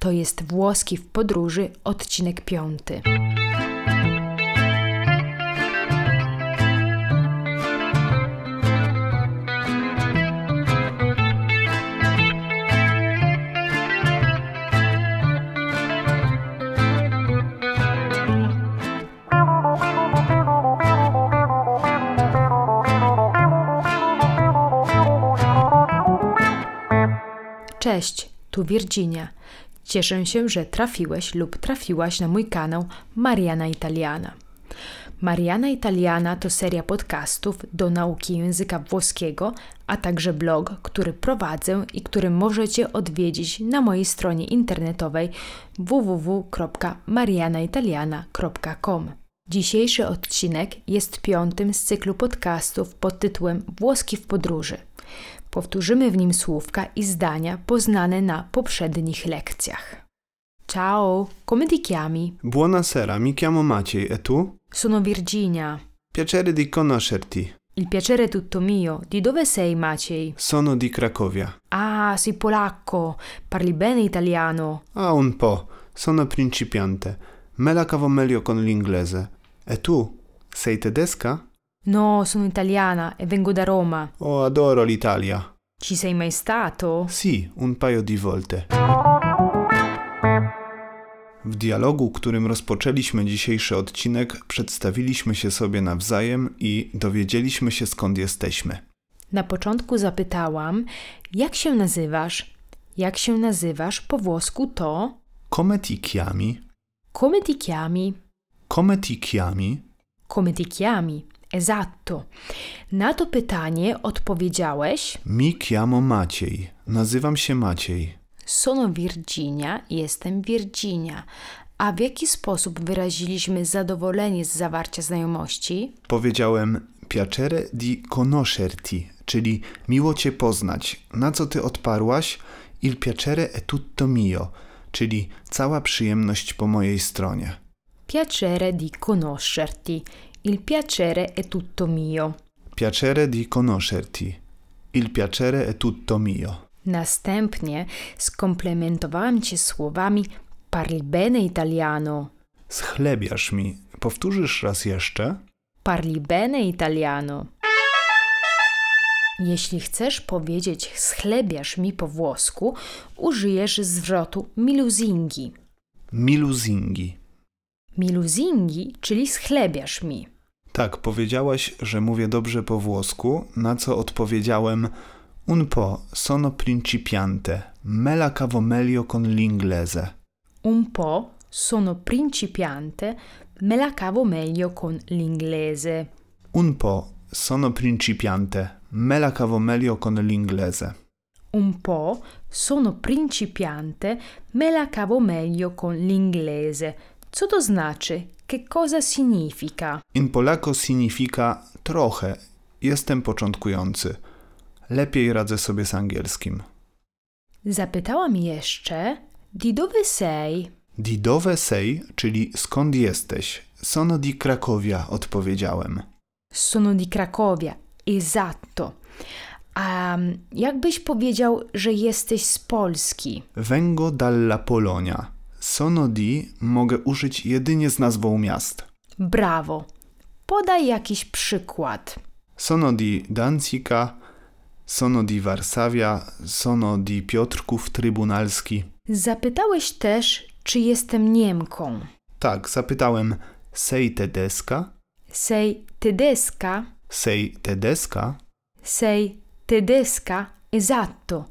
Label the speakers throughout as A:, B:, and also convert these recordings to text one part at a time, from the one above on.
A: To jest Włoski w podróży, odcinek piąty. Cześć, tu Virginia. Cieszę się, że trafiłeś lub trafiłaś na mój kanał Mariana Italiana. Mariana Italiana to seria podcastów do nauki języka włoskiego, a także blog, który prowadzę i który możecie odwiedzić na mojej stronie internetowej www.marianaitaliana.com. Dzisiejszy odcinek jest piątym z cyklu podcastów pod tytułem Włoski w podróży. Powtórzymy w nim słówka i zdania poznane na poprzednich lekcjach. Ciao, come ti chiami?
B: Buonasera, mi chiamo Maciej e tu?
A: Sono Virginia.
B: Piacere di conoscerti.
A: Il piacere è tutto mio. Di dove sei, Maciej?
B: Sono di Cracovia.
A: Ah, sei polacco. Parli bene italiano.
B: Ah, un po'. Sono principiante. Me la cavo meglio con l'inglese. E tu? Sei tedesca?
A: No, sono italiana e vengo da Roma.
B: Oh, adoro l'Italia.
A: Ci sei mai stato?
B: Sì, un paio di volte. W dialogu, którym rozpoczęliśmy dzisiejszy odcinek, przedstawiliśmy się sobie nawzajem i dowiedzieliśmy się skąd jesteśmy.
A: Na początku zapytałam, jak się nazywasz? Jak się nazywasz po włosku to
B: Come ti chiami?
A: come ti chiami?
B: Come ti chiami?
A: Come ti chiami? Esatto. Na to pytanie odpowiedziałeś
B: Mi chiamo Maciej. Nazywam się Maciej.
A: Sono Virginia, jestem Virginia. A w jaki sposób wyraziliśmy zadowolenie z zawarcia znajomości?
B: Powiedziałem piacere di conoscerti, czyli miło cię poznać. Na co ty odparłaś? Il piacere è tutto mio, czyli cała przyjemność po mojej stronie.
A: Piacere di conoscerti. Il piacere è tutto mio.
B: Piacere di conoscerti. Il piacere è tutto mio.
A: Następnie skomplementowałam cię słowami parli bene italiano.
B: Schlebiasz mi. Powtórzysz raz jeszcze?
A: Parli bene italiano. Jeśli chcesz powiedzieć schlebiasz mi po włosku, użyjesz zwrotu miluzingi.
B: Miluzingi.
A: Miluzingi, czyli schlebiasz mi.
B: Tak, powiedziałaś, że mówię dobrze po włosku, na co odpowiedziałem Un po sono principiante, me la cavo meglio con l'inglese.
A: Un po' sono principiante, me la cavo meglio con l'inglese.
B: Un po sono principiante, me la cavo meglio con l'inglese.
A: Un po' sono principiante, me la cavo meglio con l'inglese. Co to znaczy? Che cosa significa?
B: In polacco significa trochę, jestem początkujący. Lepiej radzę sobie z angielskim.
A: Zapytałam jeszcze, di dove sei?
B: Di dove sei, czyli skąd jesteś? Sono di Cracovia, odpowiedziałem.
A: Sono di Cracovia, esatto. A jakbyś powiedział, że jesteś z Polski?
B: Vengo dalla Polonia. Sono di mogę użyć jedynie z nazwą miast.
A: Brawo. Podaj jakiś przykład.
B: Sono di Danzica, sono di Warsawia, sono di Piotrków Trybunalski.
A: Zapytałeś też, czy jestem Niemką.
B: Tak, zapytałem, sei tedesca?
A: Sei tedesca?
B: Sei tedesca?
A: Sei tedesca? Esatto.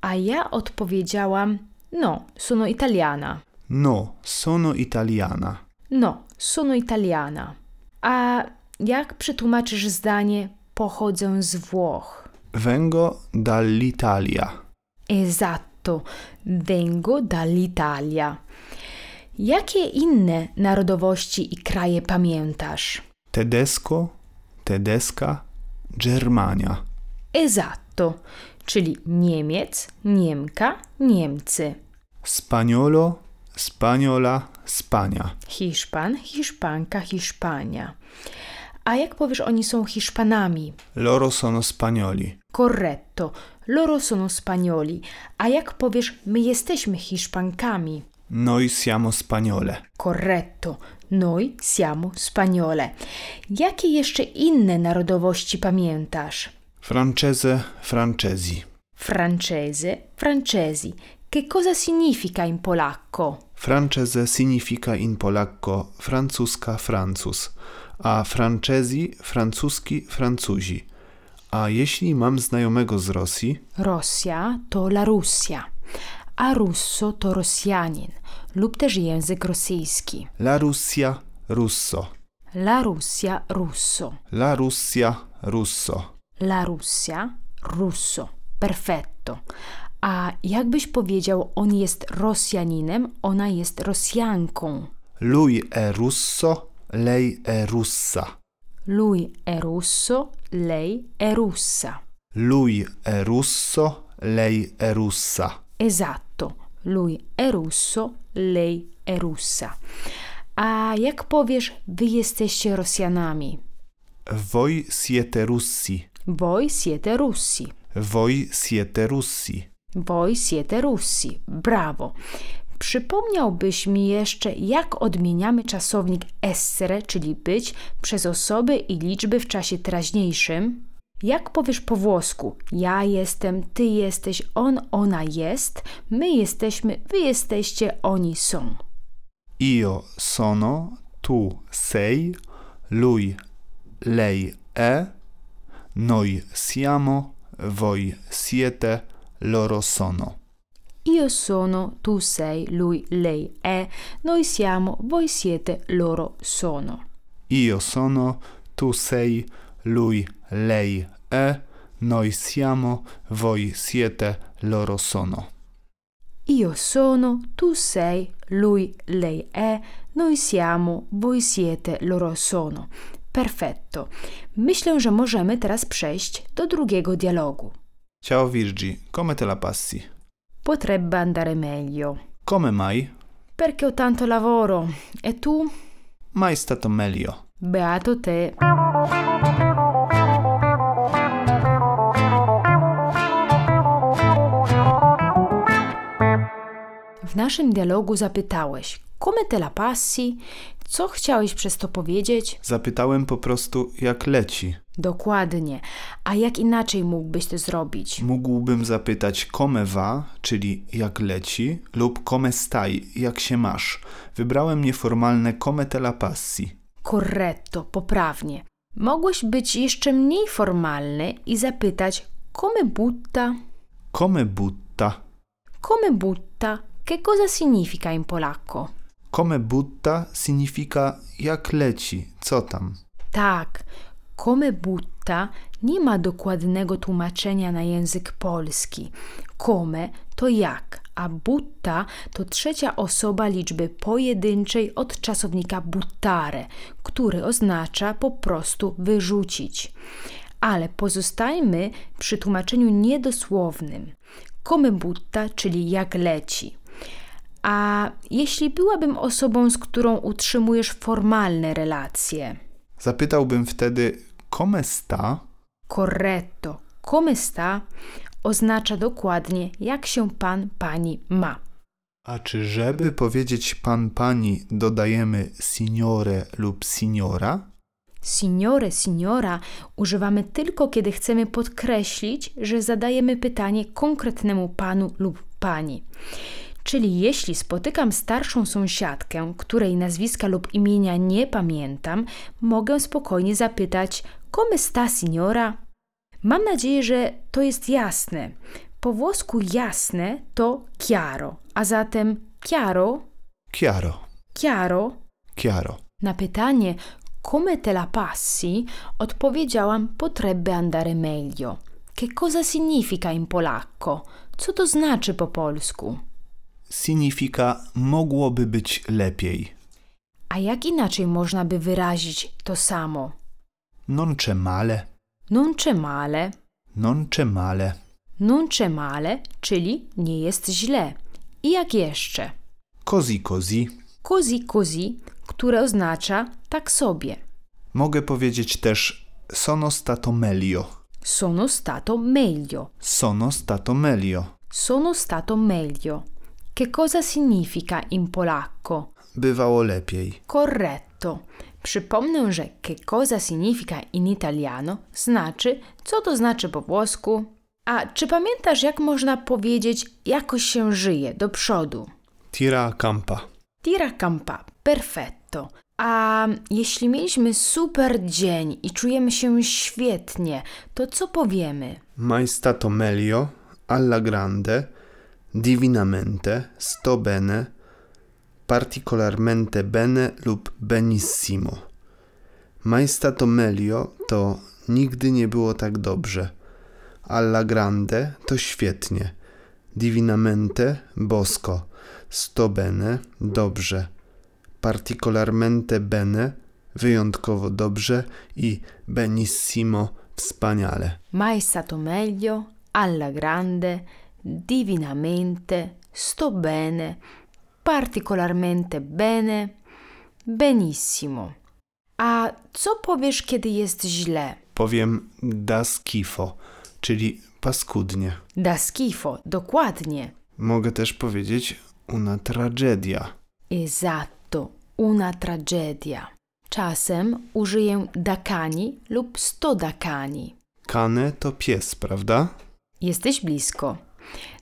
A: A ja odpowiedziałam: No, sono italiana.
B: No, sono italiana.
A: No, sono italiana. A jak przetłumaczysz zdanie pochodzę z Włoch?
B: Vengo dall'Italia.
A: Esatto, vengo dall'Italia. Jakie inne narodowości i kraje pamiętasz?
B: Tedesco, tedesca, Germania.
A: Esatto, czyli Niemiec, Niemka, Niemcy,
B: Spagnolo, spaniola, Spania.
A: Hiszpan, Hiszpanka, Hiszpania. A jak powiesz, oni są Hiszpanami?
B: Loro sono spagnoli.
A: Corretto. Loro sono spagnoli. A jak powiesz, my jesteśmy Hiszpankami?
B: Noi siamo spagnole.
A: Corretto. Noi siamo spagnole. Jakie jeszcze inne narodowości pamiętasz?
B: Francese, francesi.
A: Francese, francesi. Che cosa significa in polacco?
B: Francese significa in polacco francuska Francuz, a francesi francuski Francuzi. A jeśli mam znajomego z Rosji,
A: Rosja to la Russia, a Russo to Rosjanin lub też język rosyjski.
B: la Russia russo,
A: La Russia russo.
B: la Russia russo.
A: La Russia russo. Perfetto. A jakbyś powiedział, on jest Rosjaninem, ona jest Rosjanką.
B: Lui è russo, lei è russa.
A: Lui è russo, lei è russa.
B: Lui è russo, lei è russa.
A: Esatto. Lui è russo, lei è russa. A jak powiesz, wy jesteście Rosjanami?
B: Voi siete russi,
A: Voi siete russi.
B: voi siete russi.
A: Voi siete russi. Brawo. Przypomniałbyś mi jeszcze, jak odmieniamy czasownik essere, czyli być, przez osoby i liczby w czasie teraźniejszym? Jak powiesz po włosku? Ja jestem, ty jesteś, on, ona jest, my jesteśmy, wy jesteście, oni są.
B: Io sono, tu sei, lui, lei è, noi siamo, voi siete, loro sono.
A: Io sono, tu sei, lui, lei è, noi siamo, voi siete, loro sono.
B: Io sono, tu sei, lui, lei è, noi siamo, voi siete, loro sono.
A: Io sono, tu sei, lui, lei è, noi siamo, voi siete, loro sono. Perfetto. Myślę, że możemy teraz przejść do drugiego dialogu.
B: Ciao Virgi, come te la passi?
A: Potrebbe andare meglio.
B: Come mai?
A: Perché ho tanto lavoro. E tu?
B: Mai stato meglio.
A: Beato te. W naszym dialogu zapytałeś, come te la passi? Co chciałeś przez to powiedzieć?
B: Zapytałem po prostu, jak leci.
A: Dokładnie. A jak inaczej mógłbyś to zrobić?
B: Mógłbym zapytać come va, czyli jak leci, lub come stai, jak się masz. Wybrałem nieformalne come te la passi.
A: Corretto, poprawnie. Mogłeś być jeszcze mniej formalny i zapytać, come butta?
B: Come butta.
A: Come butta? Che cosa significa in polacco?
B: Come butta significa jak leci, co tam.
A: Tak, come butta nie ma dokładnego tłumaczenia na język polski. Come to jak, a butta to trzecia osoba liczby pojedynczej od czasownika buttare, który oznacza po prostu wyrzucić. Ale pozostańmy przy tłumaczeniu niedosłownym. Come butta, czyli jak leci. A jeśli byłabym osobą, z którą utrzymujesz formalne relacje?
B: Zapytałbym wtedy come sta,
A: Corretto, come sta oznacza dokładnie, jak się pan, pani ma.
B: a czy żeby powiedzieć pan pani dodajemy signore lub signora?
A: Signore, signora używamy tylko, kiedy chcemy podkreślić, że zadajemy pytanie konkretnemu panu lub pani. Czyli jeśli spotykam starszą sąsiadkę, której nazwiska lub imienia nie pamiętam, mogę spokojnie zapytać: Come sta signora? Mam nadzieję, że to jest jasne. Po włosku jasne to chiaro, a zatem chiaro,
B: Chiaro,
A: chiaro
B: chiaro.
A: na pytanie come te la passi odpowiedziałam potrebbe andare meglio. Che cosa significa in polacco? Co to znaczy po polsku?
B: Significa mogłoby być lepiej.
A: A jak inaczej można by wyrazić to samo?
B: Non c'è male,
A: Non c'è male,
B: non c'è male.
A: non c'è male, czyli nie jest źle. I jak jeszcze?
B: Così così.
A: Così così, które oznacza tak sobie.
B: Mogę powiedzieć też sono stato meglio.
A: Sono stato meglio.
B: Sono stato meglio.
A: Sono stato meglio. Che cosa significa in polacco?
B: Bywało lepiej.
A: Corretto. Przypomnę, że che cosa significa in italiano znaczy co to znaczy po włosku. A czy pamiętasz, jak można powiedzieć jakoś się żyje do przodu?
B: Tira campa.
A: Tira campa, perfetto. A jeśli mieliśmy super dzień i czujemy się świetnie, to co powiemy?
B: Mai stato meglio, alla grande, divinamente, sto bene, particolarmente bene lub benissimo. Mai stato meglio to nigdy nie było tak dobrze. Alla grande to świetnie. Divinamente bosko. Sto bene dobrze. Particolarmente bene wyjątkowo dobrze i benissimo wspaniale.
A: Mai stato meglio, alla grande, divinamente, sto bene, particolarmente bene, benissimo. A co powiesz, kiedy jest źle?
B: Powiem das kifo, czyli paskudnie.
A: Da schifo, dokładnie.
B: Mogę też powiedzieć una tragedia.
A: Esatto, una tragedia. Czasem użyję dakani lub sto dakani.
B: Kane to pies, prawda?
A: Jesteś blisko.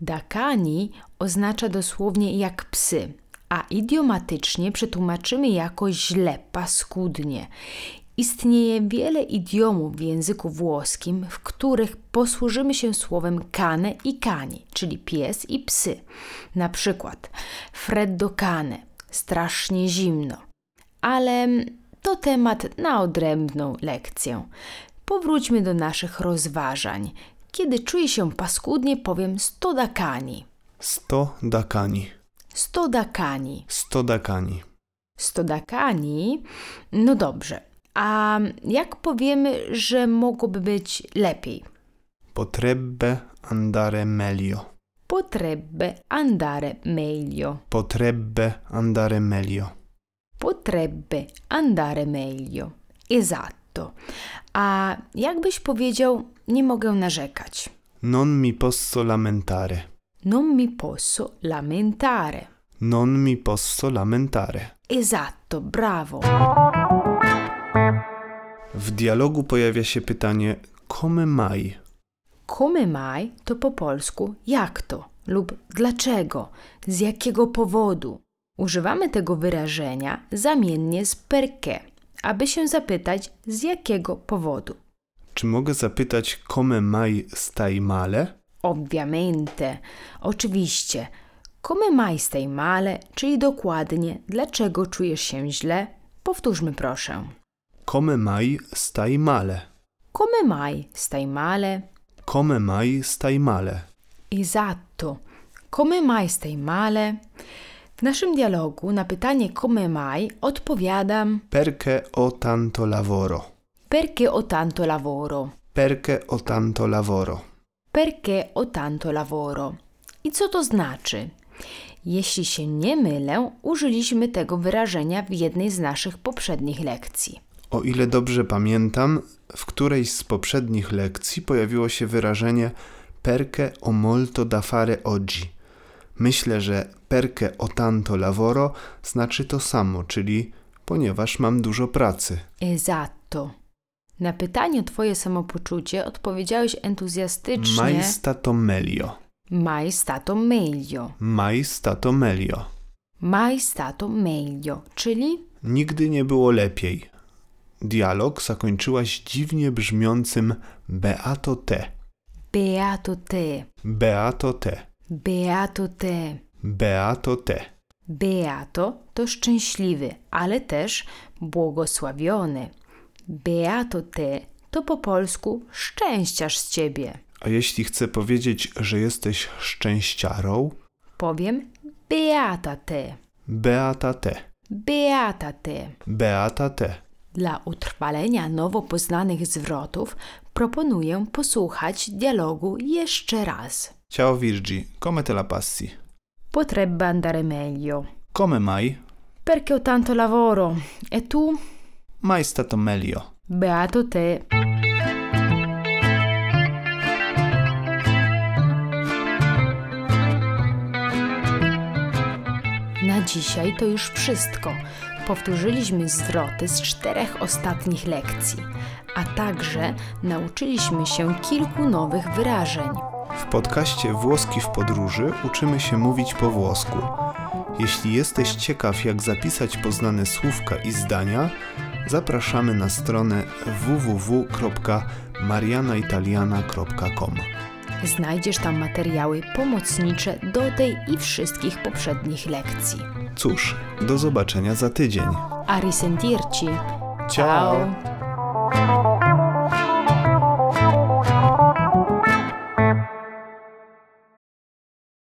A: Dakani oznacza dosłownie jak psy, a idiomatycznie przetłumaczymy jako źle, paskudnie. Istnieje wiele idiomów w języku włoskim, w których posłużymy się słowem cane i cani, czyli pies i psy. Na przykład freddo cane, strasznie zimno. Ale to temat na odrębną lekcję. Powróćmy do naszych rozważań. Kiedy czuję się paskudnie, powiem stoda cani.
B: Sto dakani.
A: Stoda cani.
B: Sto dakani.
A: Stodakani. No dobrze. A jak powiemy, że mogłoby być lepiej?
B: Potrebbe andare meglio.
A: Potrebbe andare meglio.
B: Potrebbe andare meglio.
A: Potrebbe andare meglio. Esatto. A jakbyś powiedział, nie mogę narzekać.
B: Non mi posso lamentare.
A: Non mi posso lamentare.
B: Non mi posso lamentare.
A: Esatto, bravo.
B: W dialogu pojawia się pytanie come mai?
A: Come mai to po polsku jak to lub dlaczego, z jakiego powodu. Używamy tego wyrażenia zamiennie z perché, aby się zapytać z jakiego powodu.
B: Czy mogę zapytać come mai stai male?
A: Obviamente, oczywiście. Come mai stai male, czyli dokładnie dlaczego czujesz się źle? Powtórzmy proszę.
B: Come mai stai male?
A: Come mai stai male?
B: Come mai stai male?
A: Esatto. Come mai stai male? W naszym dialogu na pytanie come mai odpowiadam
B: Perché ho tanto lavoro?
A: perché ho tanto lavoro.
B: Perché ho tanto lavoro?
A: Perché ho tanto lavoro. I co to znaczy? Jeśli się nie mylę, użyliśmy tego wyrażenia w jednej z naszych poprzednich lekcji.
B: O ile dobrze pamiętam, w którejś z poprzednich lekcji pojawiło się wyrażenie perché ho molto da fare oggi. Myślę, że perché ho tanto lavoro znaczy to samo, czyli ponieważ mam dużo pracy.
A: Esatto. Na pytanie o Twoje samopoczucie odpowiedziałeś entuzjastycznie
B: Mai stato meglio.
A: Mai stato meglio.
B: Mai stato meglio.
A: Mai stato meglio, czyli
B: Nigdy nie było lepiej. Dialog zakończyłaś dziwnie brzmiącym Beato te,
A: beato te,
B: Beato te,
A: beato te.
B: Beato te.
A: Beato to szczęśliwy, ale też błogosławiony. Beato te to po polsku szczęściarz z ciebie.
B: A jeśli chcę powiedzieć, że jesteś szczęściarą,
A: Powiem beata te,
B: Beata te,
A: beata te.
B: Beata te.
A: Dla utrwalenia nowo poznanych zwrotów proponuję posłuchać dialogu jeszcze raz.
B: Ciao Virgi, come te la passi?
A: Potrebbe andare meglio.
B: Come mai?
A: Perché ho tanto lavoro. E tu?
B: Mai stato meglio.
A: Beato te. Na dzisiaj to już wszystko. Powtórzyliśmy zwroty z czterech ostatnich lekcji, a także nauczyliśmy się kilku nowych wyrażeń.
B: W podcaście Włoski w podróży uczymy się mówić po włosku. Jeśli jesteś ciekaw, jak zapisać poznane słówka i zdania, zapraszamy na stronę www.marianaitaliana.com.
A: Znajdziesz tam materiały pomocnicze do tej i wszystkich poprzednich lekcji.
B: Cóż, do zobaczenia za tydzień.
A: A risentirci!
B: Ciao.